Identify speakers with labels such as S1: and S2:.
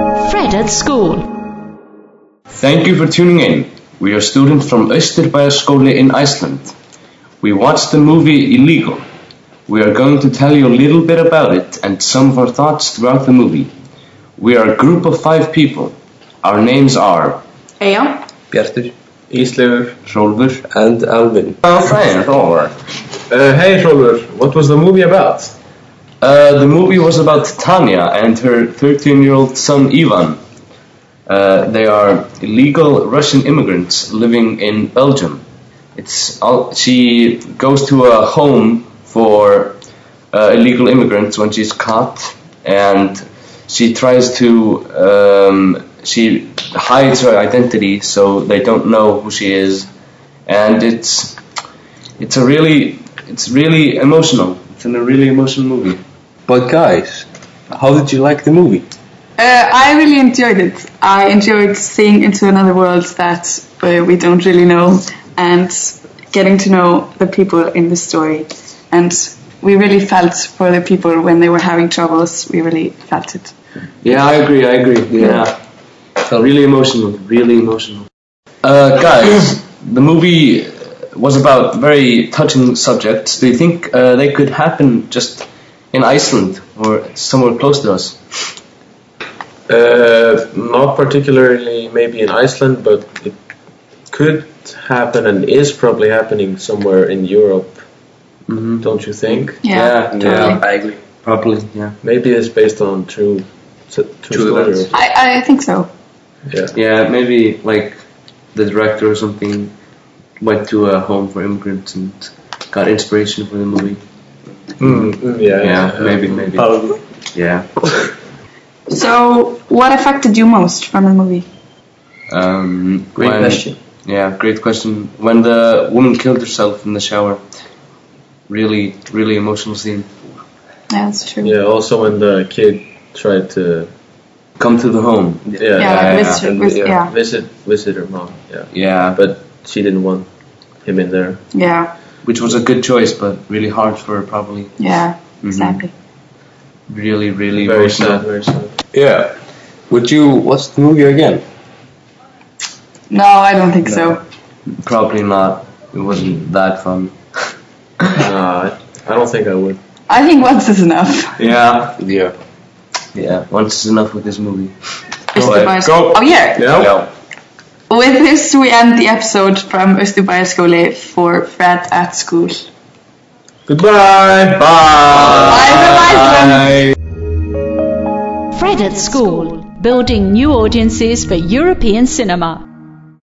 S1: at school.
S2: Thank you for tuning in. We are students from Österbæjarskóli in Iceland. We watched the movie Illegal. We are going to tell you a little bit about it and some of our thoughts throughout the movie. We are a group of five people. Our names are
S3: Eyja,
S4: Bjartur, Íslaugur
S2: Hrólfur
S4: and Alvin.
S2: Oh, fine, Hrólfur.
S5: Uh, hey, Robert, what was the movie about?
S2: Uh, the movie was about Tanya and her 13 year old son Ivan. Uh, they are illegal Russian immigrants living in Belgium. It's all, she goes to a home for uh, illegal immigrants when she's caught, and she tries to um, she hides her identity so they don't know who she is, and it's it's a really it's really emotional. It's in a really emotional movie.
S4: But guys, how did you like the movie?
S3: Uh, I really enjoyed it. I enjoyed seeing into another world that uh, we don't really know and getting to know the people in the story. And we really felt for the people when they were having troubles. We really felt it.
S2: Yeah, I agree. I agree. Yeah, felt really emotional. Really emotional. Uh, guys, the movie was about very touching subjects. Do you think uh, they could happen just in Iceland or somewhere close to us?
S5: Uh, not particularly maybe in Iceland, but it could happen and is probably happening somewhere in Europe,
S4: Mm-hmm.
S5: don't you think?
S3: Yeah,
S2: Yeah,
S3: totally.
S4: I agree.
S2: Probably. Yeah.
S5: Maybe it's based on true, s- true,
S4: True
S5: stories.
S4: events.
S3: I, I think so.
S5: Yeah.
S2: Yeah, maybe like the director or something went to a home for immigrants and got inspiration for the movie. Hmm.
S5: Mm, mm, yeah,
S2: Yeah, maybe, maybe.
S4: Probably.
S2: Yeah.
S3: So, what affected you most from the movie?
S2: Um,
S4: Great
S2: when-
S4: question.
S2: Yeah, great question. When the woman killed herself in the shower, really, really emotional scene.
S3: Yeah, that's true.
S5: Yeah, also when the kid tried to
S2: Come to the home.
S5: yeah,
S3: Yeah, like
S2: yeah,
S3: visit,
S5: and,
S3: vis-
S5: yeah,
S3: yeah.
S5: visit visit her mom. Yeah,
S2: Yeah, but
S5: but she didn't want him in there.
S3: yeah,
S2: which was a good choice, but really hard for her, probably.
S3: yeah, exactly.
S2: Really, really
S5: Very sad.
S2: emotional.
S5: Very sad.
S4: Yeah. Would you watch the movie again?
S3: No, I don't think so.
S2: Probably not. It wasn't that fun.
S5: Nah, I don't think I would.
S3: I think once is enough.
S2: Yeah,
S4: Yeah.
S2: yeah. Once is enough with this movie.
S3: Mr.
S2: ahead.
S3: Bars-
S2: Go.
S3: Oh yeah.
S2: Yeah.
S3: With this, we end the episode from Österbæjarskóli for Fred at School.
S5: Goodbye.
S3: Bye from Iceland!
S1: Fred at School, building new audiences for European cinema.